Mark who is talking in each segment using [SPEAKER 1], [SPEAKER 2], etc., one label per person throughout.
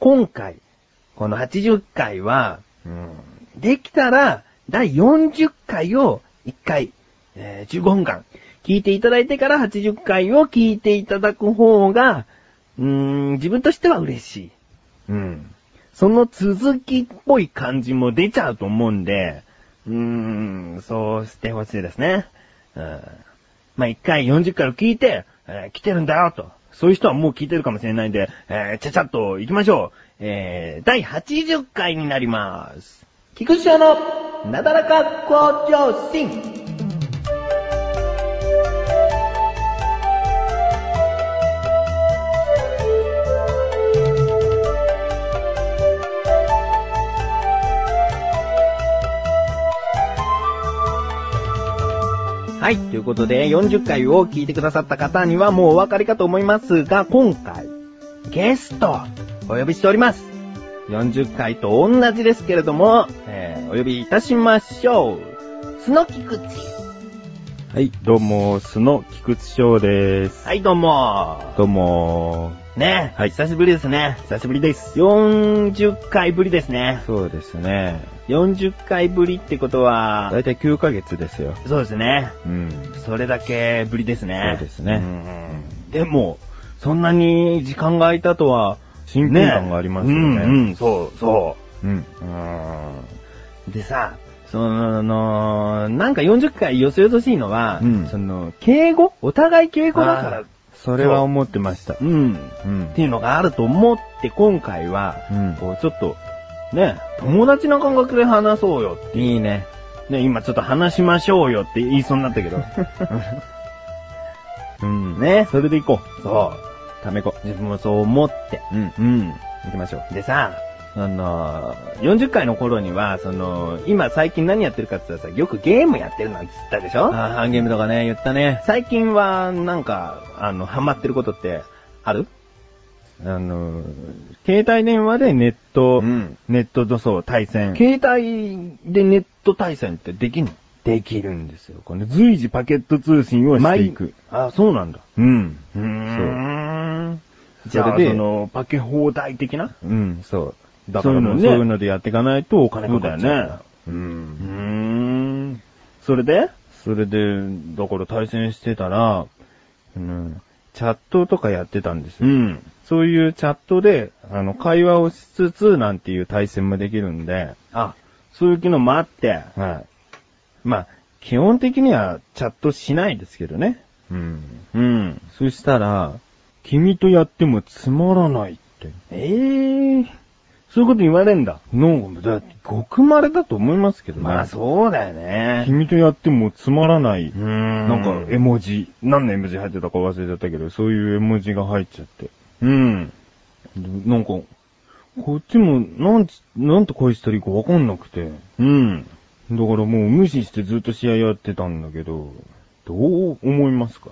[SPEAKER 1] 今回、この80回は、
[SPEAKER 2] うん。
[SPEAKER 1] できたら、第40回を1回、えー15分間、聞いていただいてから80回を聞いていただく方が、うーん、自分としては嬉しい。
[SPEAKER 2] うん。
[SPEAKER 1] その続きっぽい感じも出ちゃうと思うんで、うーん、そうしてほしいですね。うん、まあ、一回40回を聞いて、えー来てるんだよと。そういう人はもう聞いてるかもしれないんで、えーちゃちゃっと行きましょう。えー、第80回になります。菊池のなだらか向上心。はい。ということで、40回を聞いてくださった方にはもうお分かりかと思いますが、今回、ゲスト、お呼びしております。40回と同じですけれども、えーお呼びいたしましょう。スノキクチ。
[SPEAKER 2] はい、どうも、素の菊池翔です。
[SPEAKER 1] はい、どうも。
[SPEAKER 2] どうも
[SPEAKER 1] ね
[SPEAKER 2] はい
[SPEAKER 1] 久しぶりですね。
[SPEAKER 2] ー、久しぶりです。
[SPEAKER 1] 40回ぶりですね。
[SPEAKER 2] そうですね。
[SPEAKER 1] 40回ぶりってこと
[SPEAKER 2] だ
[SPEAKER 1] は、
[SPEAKER 2] いたい9ヶ月ですよ。
[SPEAKER 1] そうですね。
[SPEAKER 2] うん。
[SPEAKER 1] それだけぶりですね。
[SPEAKER 2] そうですね
[SPEAKER 1] うんでも、そんなに時間が空いたとは、
[SPEAKER 2] 親近感がありますよね。
[SPEAKER 1] うん、うん、そう、そう。
[SPEAKER 2] うん。
[SPEAKER 1] うーんでさ、その、なんか40回よそよそしいのは、
[SPEAKER 2] うん
[SPEAKER 1] その、敬語お互い敬語だから、
[SPEAKER 2] それは思ってました。
[SPEAKER 1] うん、
[SPEAKER 2] うん
[SPEAKER 1] っていうのがあると思って今回は、
[SPEAKER 2] うん
[SPEAKER 1] こうちょっと、ね、友達の感覚で話そうよっていう
[SPEAKER 2] いいね。
[SPEAKER 1] ね、今ちょっと話しましょうよって言いそうになった けど。
[SPEAKER 2] うん。
[SPEAKER 1] ね。
[SPEAKER 2] それで行こ。
[SPEAKER 1] そう
[SPEAKER 2] ためこ。
[SPEAKER 1] う。自分もそう思って。
[SPEAKER 2] うん。
[SPEAKER 1] うん。
[SPEAKER 2] 行きましょう。
[SPEAKER 1] でさ、あのー、40回の頃には、その、今最近何やってるかって言ったらさ、よくゲームやってるなんて言ったでしょ
[SPEAKER 2] あー、ハンゲームとかね、言ったね。
[SPEAKER 1] 最近は、なんか、あの、ハマってることって、ある
[SPEAKER 2] あのー、携帯電話でネット、
[SPEAKER 1] ん。
[SPEAKER 2] ネット塗装対戦。
[SPEAKER 1] 携帯でネット対戦ってできんの
[SPEAKER 2] できるんですよ。この随時パケット通信をしていく。。
[SPEAKER 1] あ、そうなんだ。
[SPEAKER 2] うん。
[SPEAKER 1] うーん。
[SPEAKER 2] う
[SPEAKER 1] じゃあ、
[SPEAKER 2] それで
[SPEAKER 1] その、パケ放題的な
[SPEAKER 2] うん、そう。
[SPEAKER 1] だ
[SPEAKER 2] だ
[SPEAKER 1] か
[SPEAKER 2] からら
[SPEAKER 1] も
[SPEAKER 2] も
[SPEAKER 1] う
[SPEAKER 2] う
[SPEAKER 1] ね
[SPEAKER 2] そういうのでやっていかないとお金
[SPEAKER 1] そう
[SPEAKER 2] か
[SPEAKER 1] だ
[SPEAKER 2] か
[SPEAKER 1] よね
[SPEAKER 2] っちゃうから。
[SPEAKER 1] う
[SPEAKER 2] う
[SPEAKER 1] ー
[SPEAKER 2] ん。
[SPEAKER 1] ん。それで
[SPEAKER 2] それで、だから対戦してたら、うん、チャットとかやってたんですよ。
[SPEAKER 1] ん。
[SPEAKER 2] そういうチャットで、あの、会話をしつつなんていう対戦もできるんで、
[SPEAKER 1] あ、そういう機能もあって。
[SPEAKER 2] はい。まあ、基本的にはチャットしないですけどね。うん。
[SPEAKER 1] うん。
[SPEAKER 2] そしたら、君とやってもつまらないって。
[SPEAKER 1] ええー。そういうこと言われんだ。
[SPEAKER 2] なんか、だって、極まれだと思いますけどね。
[SPEAKER 1] まあ、そうだよね。
[SPEAKER 2] 君とやってもつまらない。
[SPEAKER 1] ーん
[SPEAKER 2] なんか、絵文字。何の絵文字入ってたか忘れちゃったけど、そういう絵文字が入っちゃって。
[SPEAKER 1] うん。
[SPEAKER 2] でなんか、こっちも、なんつ、なんて返したらいいかわかんなくて。だか
[SPEAKER 1] うん。
[SPEAKER 2] らもう無視してずっと試合やってたんだけど、どう思いますか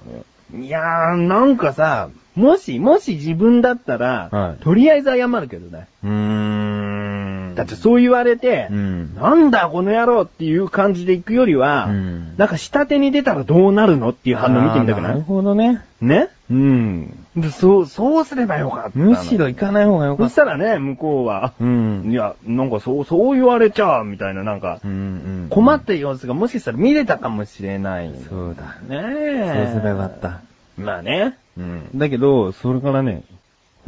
[SPEAKER 2] ね
[SPEAKER 1] いやー、なんかさ、もし、もし自分だったら、
[SPEAKER 2] はい
[SPEAKER 1] とりあえず謝るけどね。
[SPEAKER 2] うーん
[SPEAKER 1] だってそう言われて、
[SPEAKER 2] うん
[SPEAKER 1] なんだこの野郎っていう感じで行くよりは、
[SPEAKER 2] うん
[SPEAKER 1] なんか下手に出たらどうなるのっていう反応見てみたく
[SPEAKER 2] あーな
[SPEAKER 1] な
[SPEAKER 2] る
[SPEAKER 1] い
[SPEAKER 2] ほどね。
[SPEAKER 1] ね
[SPEAKER 2] うん。
[SPEAKER 1] でそう、そうすればよかったの。
[SPEAKER 2] むしろ行かない方がよか
[SPEAKER 1] そ
[SPEAKER 2] っ。
[SPEAKER 1] したたらね、向こうは、
[SPEAKER 2] う
[SPEAKER 1] あ
[SPEAKER 2] ん
[SPEAKER 1] いや、なんかそう、そう言われちゃう、みたいな、なんか、
[SPEAKER 2] うん
[SPEAKER 1] 困ってる様子がもしかしたら見れたかもしれない。ね
[SPEAKER 2] そうだ。
[SPEAKER 1] え。
[SPEAKER 2] そうすればよかった。
[SPEAKER 1] まあね。
[SPEAKER 2] うん。だけど、それからね、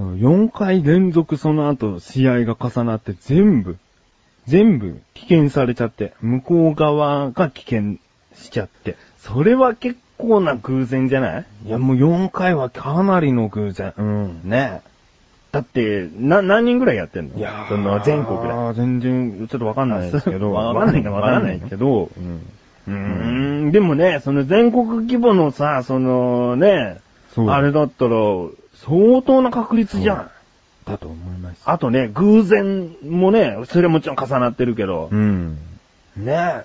[SPEAKER 2] 4回連続その後試合が重なって全部、全部危険されちゃって、向こう側が危険しちゃって。
[SPEAKER 1] それは結構な偶然じゃない
[SPEAKER 2] いや、もう4回はかなりの偶然。うん。
[SPEAKER 1] ねえ。だって、な、何人ぐらいやってんの
[SPEAKER 2] いや
[SPEAKER 1] その、全国で。う
[SPEAKER 2] で。全然、ちょっとわかんないですけど。
[SPEAKER 1] わかんないんだわかんない
[SPEAKER 2] わけど、うん。
[SPEAKER 1] ーん、でもね、その全国規模のさ、そのね、
[SPEAKER 2] そう
[SPEAKER 1] あれだったら、相当な確率じゃ
[SPEAKER 2] そ
[SPEAKER 1] ん
[SPEAKER 2] う。だと思います。
[SPEAKER 1] あとね、偶然もね、それもちろん重なってるけど、
[SPEAKER 2] ん。
[SPEAKER 1] ね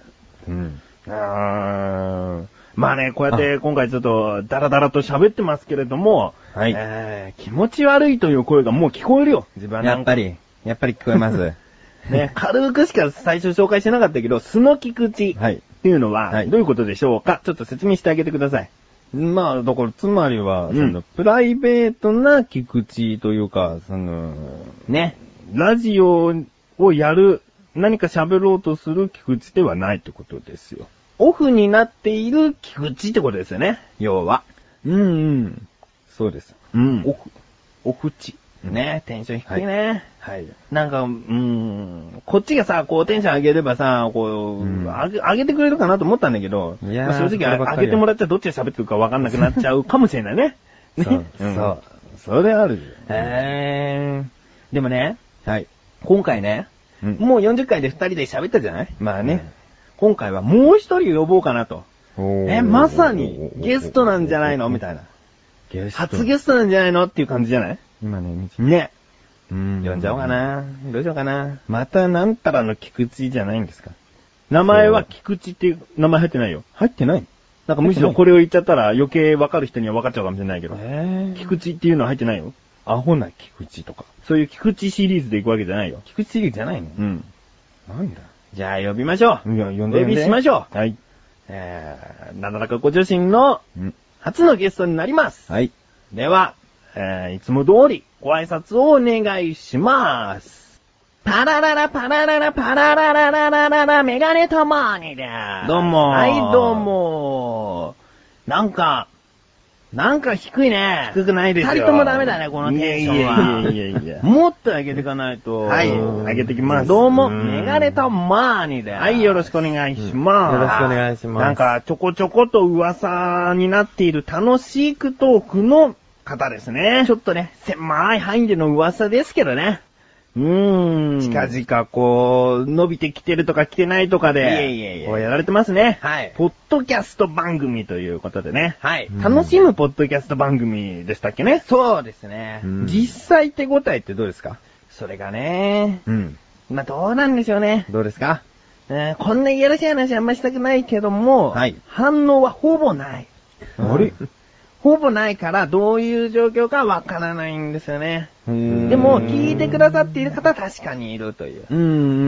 [SPEAKER 2] うん。
[SPEAKER 1] え。うーんまあね、こうやって今回ちょっとダラダラと喋ってますけれども、
[SPEAKER 2] はい
[SPEAKER 1] えー気持ち悪いという声がもう聞こえるよ。自分はな
[SPEAKER 3] や
[SPEAKER 1] ん
[SPEAKER 3] っ
[SPEAKER 1] か
[SPEAKER 3] ぱり、やっぱり聞こえます。
[SPEAKER 1] ね、軽くしか最初紹介してなかったけど、スノキクチ
[SPEAKER 2] はい
[SPEAKER 1] っていうのは
[SPEAKER 2] は、い
[SPEAKER 1] どういうことでしょうか、ちょっと説明してあげてください。
[SPEAKER 2] まあ、だから、つまりは、
[SPEAKER 1] う
[SPEAKER 2] そ
[SPEAKER 1] ん
[SPEAKER 2] の、プライベートな菊池というか、その、
[SPEAKER 1] ね。
[SPEAKER 2] ラジオをやる、何か喋ろうとする菊池ではないってことですよ。
[SPEAKER 1] オフになっている菊池ってことですよね。要は。
[SPEAKER 2] うんうん。そうです。
[SPEAKER 1] うん
[SPEAKER 2] オ
[SPEAKER 1] オフ、オフチ。ねテンション低いね。
[SPEAKER 2] はい。
[SPEAKER 1] なんか、うーん、こっちがさ、こうテンション上げればさ、こう、
[SPEAKER 3] うん
[SPEAKER 1] 上げ、上げてくれるかなと思ったんだけど、
[SPEAKER 3] いやー
[SPEAKER 1] まあ正
[SPEAKER 3] それ
[SPEAKER 1] 直
[SPEAKER 3] ばっかり
[SPEAKER 1] 上げてもらったらどっちで喋ってるかわかんなくなっちゃうかもしれないね。ね
[SPEAKER 2] そう、
[SPEAKER 1] ん
[SPEAKER 2] そう。それあるよ。
[SPEAKER 1] へー。でもね、
[SPEAKER 2] はい。
[SPEAKER 1] 今回ね、
[SPEAKER 2] うん
[SPEAKER 1] もう40回で2人で喋ったじゃない
[SPEAKER 2] まあね。
[SPEAKER 1] 今回はもう1人呼ぼうかなと。え、
[SPEAKER 3] え
[SPEAKER 1] まさにゲストなんじゃないのみたいな。
[SPEAKER 3] ゲスト。
[SPEAKER 1] 初ゲストなんじゃないのっていう感じじゃない
[SPEAKER 3] 今ね、見て
[SPEAKER 1] ね。
[SPEAKER 3] うん
[SPEAKER 1] 呼んじゃおうか。な。どうしようかな。
[SPEAKER 2] またなんたらの菊池じゃないんですか名前は菊池っていう名前入ってないよ。
[SPEAKER 3] 入ってない
[SPEAKER 2] なんかむしろこれを言っちゃったら余計わかる人には分かっちゃうかもしれないけど。
[SPEAKER 3] え
[SPEAKER 2] 菊池っていうのは入ってないよ。
[SPEAKER 3] アホな菊池とか。
[SPEAKER 2] そういう菊池シリーズで行くわけじゃないよ。
[SPEAKER 3] 菊池じゃないの
[SPEAKER 2] うん。
[SPEAKER 3] なんだ
[SPEAKER 1] じゃあ呼びましょう。
[SPEAKER 3] いや、呼んで呼
[SPEAKER 1] お
[SPEAKER 3] んで。
[SPEAKER 1] 呼びしましょう。
[SPEAKER 2] はい。
[SPEAKER 1] えー、なだらかご女身の
[SPEAKER 3] うん。
[SPEAKER 1] 初のゲストになります。
[SPEAKER 3] はい。
[SPEAKER 1] では、えー、いつも通りご挨拶をお願いします。パラララパラララパラララララララメガネとマーニーです。
[SPEAKER 2] どうもー
[SPEAKER 1] はい、どうもー。なんか、なんか低いね。
[SPEAKER 2] 低くないですよ。
[SPEAKER 1] 二人ともダメだねこのテンションはい
[SPEAKER 2] やいやいやいや。
[SPEAKER 1] もっと上げていかないと。
[SPEAKER 2] はい、
[SPEAKER 3] うん
[SPEAKER 2] 上げてきます。
[SPEAKER 1] どうも、
[SPEAKER 2] ん
[SPEAKER 1] メガネとマーニーです。
[SPEAKER 2] はい、よろしくお願いします。
[SPEAKER 3] よろしくお願いします
[SPEAKER 2] なんか、ちょこちょこと噂になっている楽しいクトークの方ですね。
[SPEAKER 1] ちょっとね、狭い範囲での噂ですけどね。
[SPEAKER 2] うーん。
[SPEAKER 1] 近
[SPEAKER 2] 々こう、伸びてきてるとか来てないとか
[SPEAKER 1] で
[SPEAKER 2] いえいえいえ。
[SPEAKER 1] こうや
[SPEAKER 2] られてますね
[SPEAKER 1] はい
[SPEAKER 2] ポッドキャスト番組ということでね。
[SPEAKER 1] はい。
[SPEAKER 3] うん
[SPEAKER 2] 楽しむポッドキャスト番組でしたっけね。
[SPEAKER 1] そうですね。
[SPEAKER 3] うん
[SPEAKER 2] 実際手応えってどうですか
[SPEAKER 1] それがね、
[SPEAKER 3] うん。
[SPEAKER 1] まあどうなんでしょうね。
[SPEAKER 3] どうですか
[SPEAKER 1] えーこんないやらしい話あんましたくないけども、
[SPEAKER 3] はい
[SPEAKER 1] 反応はほぼない。
[SPEAKER 3] あれ
[SPEAKER 1] ほぼないから、どういう状況かわからないんですよね。
[SPEAKER 3] で
[SPEAKER 1] でも、聞いてくださっている方は確かにいるという。
[SPEAKER 3] う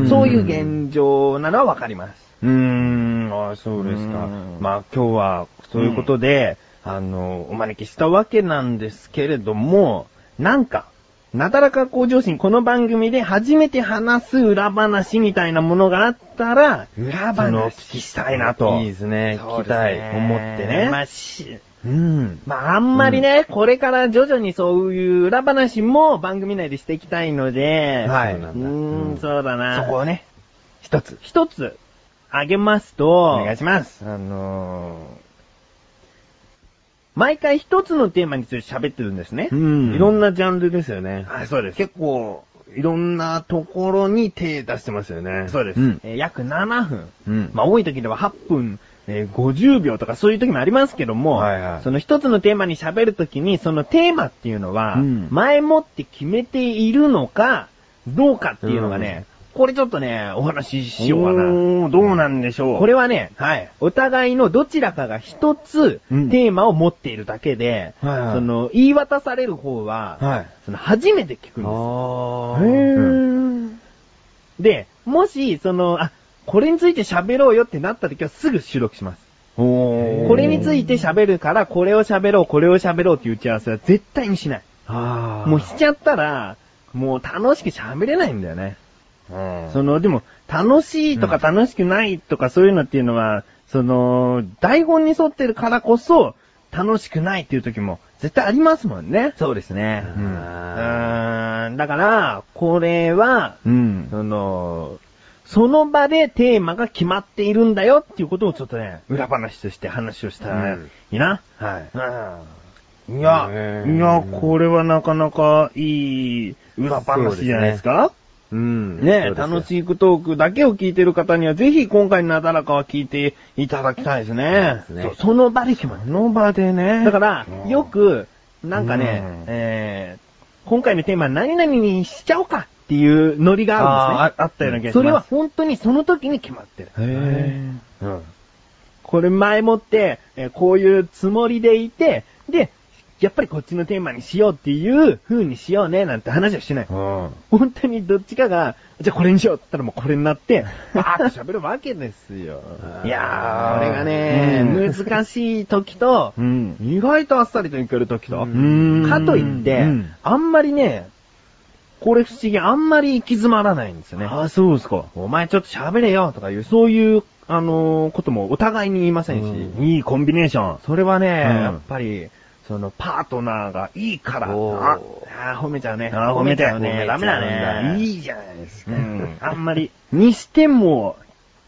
[SPEAKER 3] ん。
[SPEAKER 1] そういう現状なのはわかります。
[SPEAKER 2] うーん、あーそうですか
[SPEAKER 1] うー。ん
[SPEAKER 2] まあ今日は、そういうことで、あの、お招きしたわけなんですけれども、なんか、なだらか向上心、この番組で初めて話す裏話みたいなものがあったら、
[SPEAKER 1] 裏
[SPEAKER 2] そ
[SPEAKER 1] 話。
[SPEAKER 2] の、お聞きしたいなと。
[SPEAKER 3] いいですね。
[SPEAKER 1] そう
[SPEAKER 3] 聞
[SPEAKER 1] で
[SPEAKER 3] き
[SPEAKER 1] す
[SPEAKER 3] たい。
[SPEAKER 2] 思ってね
[SPEAKER 1] まあ、し、
[SPEAKER 3] うん。
[SPEAKER 1] まあ、あんまりね、これから徐々にそういう裏話も番組内でしていきたいので、
[SPEAKER 3] はいう
[SPEAKER 1] ーん、そうだな。
[SPEAKER 2] そこをね、一つ、
[SPEAKER 1] 一つ、あげますと、
[SPEAKER 2] お願いします。
[SPEAKER 3] あの
[SPEAKER 1] 毎回一つのテーマについて喋ってるんですね
[SPEAKER 3] ー。。ん
[SPEAKER 2] いろんなジャンルですよね。
[SPEAKER 1] はい、そうで。
[SPEAKER 2] 結構、いろんなところに手出してますよね。
[SPEAKER 1] そうです。
[SPEAKER 3] うん
[SPEAKER 1] えー約7分。
[SPEAKER 3] うん。
[SPEAKER 1] まあ、多い時では8分、えー50秒とかそういう時もありますけども、
[SPEAKER 3] はいはい
[SPEAKER 1] その一つのテーマに喋る時に、そのテーマっていうのは、
[SPEAKER 3] うん
[SPEAKER 1] 前もって決めているのか、どうかっていうのがね、これちょっとね、お話ししようかな。
[SPEAKER 2] おーどうなんでしょう。
[SPEAKER 1] これはね、
[SPEAKER 2] はい。
[SPEAKER 1] お互いのどちらかが一つテ
[SPEAKER 3] うん
[SPEAKER 1] ーマを持っているだけで、
[SPEAKER 3] はいはい
[SPEAKER 1] その、言い渡される方は、
[SPEAKER 3] はい。
[SPEAKER 1] その初めて聞くんですよ。
[SPEAKER 3] あ
[SPEAKER 2] へー
[SPEAKER 1] で、もし、その、あ、これについて喋ろうよってなった時はすぐ収録します。
[SPEAKER 3] おー
[SPEAKER 1] これについて喋るから、これを喋ろう、これを喋ろうっていう打ち合わせは絶対にしない。
[SPEAKER 3] ああ。
[SPEAKER 1] もうしちゃったら、もう楽しく喋れないんだよね。
[SPEAKER 3] うん
[SPEAKER 2] その、でも、楽しいとか楽しくないとかそういうのっていうのは、その、台本に沿ってるからこそ、楽しくないっていう時も絶対ありますもんね。
[SPEAKER 1] そうですね
[SPEAKER 3] う
[SPEAKER 1] うん
[SPEAKER 3] ん。
[SPEAKER 1] ーん、だから、これは、
[SPEAKER 3] うん。
[SPEAKER 1] その、その場でテーマが決まっているんだよっていうことをちょっとね、
[SPEAKER 2] 裏話として話をした
[SPEAKER 3] う
[SPEAKER 2] らい
[SPEAKER 3] ん
[SPEAKER 2] いな。
[SPEAKER 3] はい。
[SPEAKER 2] うん。いや、
[SPEAKER 3] へ
[SPEAKER 2] い
[SPEAKER 3] ー
[SPEAKER 2] や、これはなかなかいい裏話じゃないですか
[SPEAKER 3] うん。
[SPEAKER 2] ねえ、楽
[SPEAKER 3] い。
[SPEAKER 2] しいクトークだけを聞いてる方には、ぜひ今回のなだらかは聞いていただきたいですね。
[SPEAKER 3] そうですね
[SPEAKER 1] そうその場で決まる
[SPEAKER 2] こ。の場でね。
[SPEAKER 1] だから
[SPEAKER 3] う、ん
[SPEAKER 1] よく、なんかね
[SPEAKER 3] うん、
[SPEAKER 1] えー、今回のテーマ何々にしちゃおうかっていうノリがあるんですね。
[SPEAKER 2] あーああったような気がします
[SPEAKER 1] それは本当にその時に決まってる。
[SPEAKER 3] へえ。うん。
[SPEAKER 1] これ前もって、えーこういうつもりでいて、で、やっぱりこっちのテーマにしようっていう風にしようねなんて話はしない。
[SPEAKER 3] うん。。
[SPEAKER 1] 本当にどっちかが、じゃあこれにしようって言ったらもうこれにな って、バーッと喋るわけですよいやー、これがね、
[SPEAKER 2] うん
[SPEAKER 1] 難しい時と、
[SPEAKER 2] うん。
[SPEAKER 1] 意外とあっさりといける時と、
[SPEAKER 3] うん
[SPEAKER 1] かといって、
[SPEAKER 2] うん
[SPEAKER 1] あんまりね、これ不思議、あんまり行き詰まらないんですよね。
[SPEAKER 2] ああ、そうですか。
[SPEAKER 1] お前ちょっと喋れよとかいう、そういう、あのーこともお互いに言いませんし、
[SPEAKER 2] うんいいコンビネーション。
[SPEAKER 1] それはね、
[SPEAKER 2] ん
[SPEAKER 1] やっぱり、その、パートナーがいいから、
[SPEAKER 3] おー
[SPEAKER 1] ああー、褒めちゃうね。
[SPEAKER 2] あー褒めちゃう
[SPEAKER 1] 褒め
[SPEAKER 2] ね
[SPEAKER 1] ちゃダメだね。
[SPEAKER 2] いいじゃないですか。
[SPEAKER 1] うん、あんまり。にしても、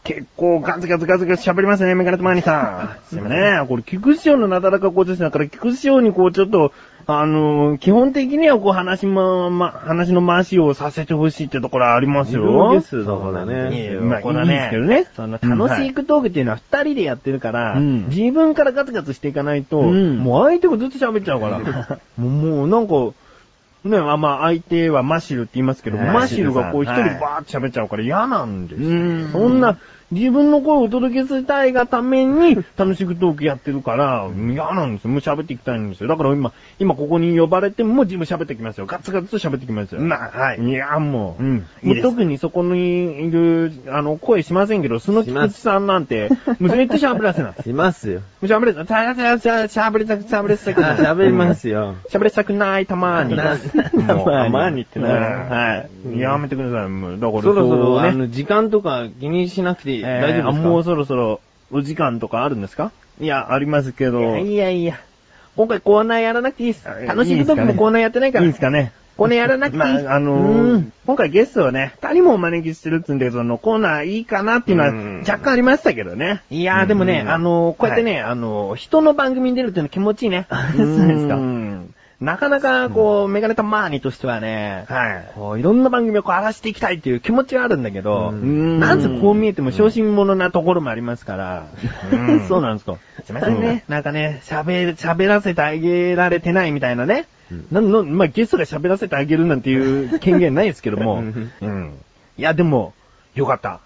[SPEAKER 1] 結構ガツガツガツガツ喋りますね、メガネとマニさん。でもね、これ、菊師匠のなだらか校長室だから、菊師匠にこう、ちょっと、あのー基本的にはこう、話ま、ま、話の回しをさせてほしいってところありますよ。
[SPEAKER 2] 微妙です
[SPEAKER 3] そうだ
[SPEAKER 1] いい
[SPEAKER 3] ね。
[SPEAKER 1] よ
[SPEAKER 2] まあ
[SPEAKER 1] これはい
[SPEAKER 2] いですけどね
[SPEAKER 1] その
[SPEAKER 2] うん
[SPEAKER 1] 楽しいクトークっていうのは二人でやってるから、
[SPEAKER 2] うん
[SPEAKER 1] 自分からガツガツしていかないと、
[SPEAKER 2] うん
[SPEAKER 1] もう相手がずっと喋っちゃうから、もうもうなんか、ね、あまあ相手はマシルって言いますけど、
[SPEAKER 2] はい
[SPEAKER 1] マシルがこう一
[SPEAKER 2] マシル
[SPEAKER 1] 人
[SPEAKER 2] さん
[SPEAKER 1] バーって喋っちゃうから嫌なんですよ。
[SPEAKER 2] うん
[SPEAKER 1] そんな、自分の声をお届けしたいがために、楽しくトークやってるから、嫌なんですよ。もう喋っていきたいんですよ。だから今、今ここに呼ばれても自分喋ってきますよ。ガツガツと喋ってきますよ。
[SPEAKER 2] まあ、はい。
[SPEAKER 1] いや、もう。
[SPEAKER 2] うんい
[SPEAKER 1] も
[SPEAKER 2] いうです
[SPEAKER 1] 特にそこにいる、あの、声しませんけど、その
[SPEAKER 3] し
[SPEAKER 1] 菊
[SPEAKER 3] ます
[SPEAKER 1] 池さんなんて、もう絶対喋らせない。も
[SPEAKER 3] いますよ。
[SPEAKER 1] う喋れ、しゃ喋れたく、喋れたくない。
[SPEAKER 3] 喋りますよ。
[SPEAKER 1] 喋れたくない、たまに。
[SPEAKER 3] な
[SPEAKER 1] もう
[SPEAKER 3] たまにってな
[SPEAKER 1] はいはい。やめてください、もう。だから、
[SPEAKER 3] そろそろ、
[SPEAKER 1] そう
[SPEAKER 3] あ
[SPEAKER 1] ね。
[SPEAKER 3] の、時間とか気にしなくていい。
[SPEAKER 1] えー
[SPEAKER 3] 大丈夫です
[SPEAKER 1] あ
[SPEAKER 3] か
[SPEAKER 1] もうそろそろ、お時間とかあるんですか
[SPEAKER 2] いや、ありますけど。
[SPEAKER 1] いやいやいや。今回コーナーやらなくていいです。
[SPEAKER 2] あ
[SPEAKER 1] 楽しい時
[SPEAKER 2] いいですか
[SPEAKER 1] も
[SPEAKER 2] ね
[SPEAKER 1] コーナーやってないか
[SPEAKER 2] い
[SPEAKER 1] ら。
[SPEAKER 2] いですかね。
[SPEAKER 1] コーナーやらなくていい。
[SPEAKER 2] まあ、あの
[SPEAKER 1] う
[SPEAKER 2] ー
[SPEAKER 1] ん、
[SPEAKER 2] 今回ゲストをね、二人もお招きしてるっつうんで、そのコーナーいいかなっていうの
[SPEAKER 3] うん
[SPEAKER 2] は若干ありましたけどね。
[SPEAKER 1] いやーでもね、あのーこうやってね、あのー人の番組に出るっていうのは気持ちいいね。
[SPEAKER 2] そうですか
[SPEAKER 1] んなかなか、こう、メガネタマーニとしてはね、
[SPEAKER 2] はい。
[SPEAKER 1] こう、いろんな番組をこう、荒らしていきたいっていう気持ちはあるんだけど、
[SPEAKER 2] ん
[SPEAKER 1] なんせこう見えても小心者なところもありますから、
[SPEAKER 2] うん
[SPEAKER 1] そうなんですか。すいませんね、なんかね、喋、喋らせてあげられてないみたいなね。なんの、まあ、ゲストが喋らせてあげるなんていう権限ないですけども、 うん。いや、でも、よかった。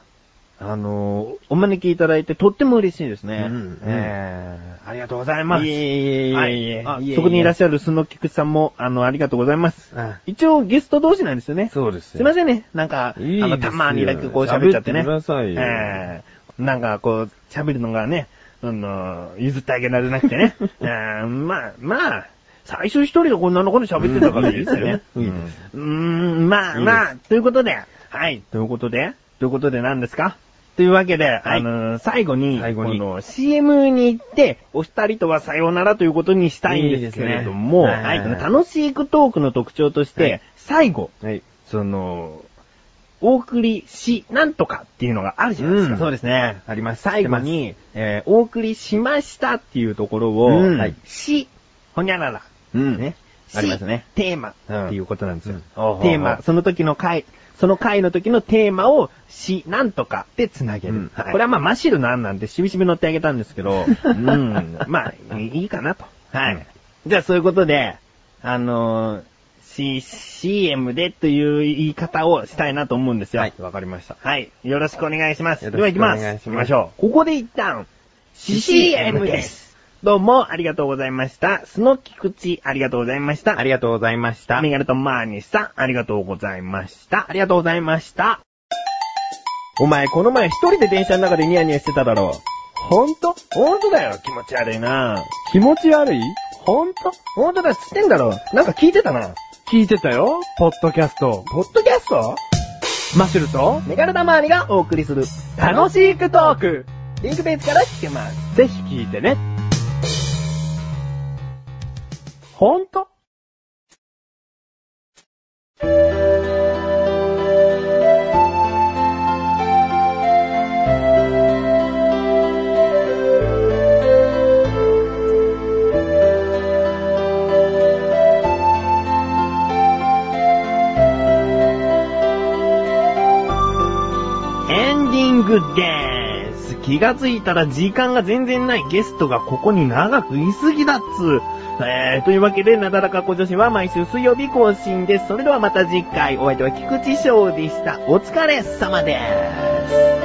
[SPEAKER 1] あのーお招きいただいてとっても嬉しいですね。
[SPEAKER 3] うん
[SPEAKER 1] えーありがとうございます。
[SPEAKER 2] いえいえいえいえ
[SPEAKER 1] はい
[SPEAKER 2] いえいえ
[SPEAKER 1] あそこにいらっしゃる須野菊池さんも、あの、ありがとうございます。
[SPEAKER 3] あ
[SPEAKER 1] 一応ゲスト同士なんですよね。
[SPEAKER 3] そうです
[SPEAKER 1] すいませんね。なんか、
[SPEAKER 3] いいですよ
[SPEAKER 1] あの、たまにだけこう喋っちゃってね。
[SPEAKER 3] 喋ってくださいよ
[SPEAKER 1] えーなんかこう、喋るのがね、あの、譲ってあげられなくてね。えーまあ、まあ、最初一人でこんなのこと喋ってたからいいですよね。
[SPEAKER 3] いいです。
[SPEAKER 1] うーん、まあ
[SPEAKER 3] いい
[SPEAKER 1] まあ、ということで、はい、ということで、ということで何ですかというわけで、あのー最後に、
[SPEAKER 3] 最後に
[SPEAKER 1] この CM に行って、お二人とはさようならということにしたいんですけれども、
[SPEAKER 3] いいですね
[SPEAKER 1] は
[SPEAKER 3] はいい
[SPEAKER 1] この楽しいクトークの特徴として、
[SPEAKER 3] はい
[SPEAKER 1] 最後、
[SPEAKER 3] はい。
[SPEAKER 1] その、お送りし、なんとかっていうのがあるじゃないですか。
[SPEAKER 3] うん
[SPEAKER 1] そうですね。あります。最後に、えーお送りしましたっていうところを、
[SPEAKER 2] うん
[SPEAKER 1] はいし、ほにゃらら、
[SPEAKER 2] うん。
[SPEAKER 1] ね。
[SPEAKER 2] ありますね
[SPEAKER 1] し。テーマ
[SPEAKER 2] うん
[SPEAKER 1] っていうことなんですよ。
[SPEAKER 2] うん
[SPEAKER 1] テーマ、その時の回、その回の時のテーマをし、なんとかで繋げる。
[SPEAKER 2] うんはい
[SPEAKER 1] これはまあ、マシルの案なんで、しびしび乗ってあげたんですけ ど、うん、まあ、いいかなと。はい。
[SPEAKER 2] うん
[SPEAKER 1] じゃあ、そういうことで、あのー、C、CM でという言い方をしたいなと思うんですよ。
[SPEAKER 3] はい、わかりました。
[SPEAKER 1] はい。よろしくお願いします。
[SPEAKER 3] よ
[SPEAKER 1] で
[SPEAKER 3] ろ
[SPEAKER 1] は
[SPEAKER 3] し
[SPEAKER 1] 行き
[SPEAKER 3] くお願
[SPEAKER 1] ま
[SPEAKER 3] い
[SPEAKER 1] す。
[SPEAKER 3] し
[SPEAKER 1] 行
[SPEAKER 3] ます
[SPEAKER 1] きましょう。ここで一旦、CM です。どうもありがとうございました。スノキクチありがとうございました。
[SPEAKER 3] ありがとうございました。
[SPEAKER 1] メガネとマーニさん、ありがとうございました。ありがとうございました。お前、この前一人で電車の中でニヤニヤしてただろ。ほんとほんとだよ。気持ち悪いな。
[SPEAKER 2] 気持ち悪い
[SPEAKER 1] ほんとほんとだ。知ってんだろ。なんか聞いてたな。
[SPEAKER 2] 聞いてたよポッドキャスト。
[SPEAKER 1] ポッドキャスト
[SPEAKER 2] マッシュルと、
[SPEAKER 1] メガネとマーニがお送りする。
[SPEAKER 2] 楽しいクトーク
[SPEAKER 1] い。リンクページから聞けます。
[SPEAKER 2] ぜひ聞いてね。ほんと
[SPEAKER 1] エンディングでーす。気がついたら時間が全然ないゲストがここに長くいすぎだっつー。えー、というわけで、なだらか小女子は毎週水曜日更新です。それではまた次回、お相手は菊池翔でした。お疲れ様でーす。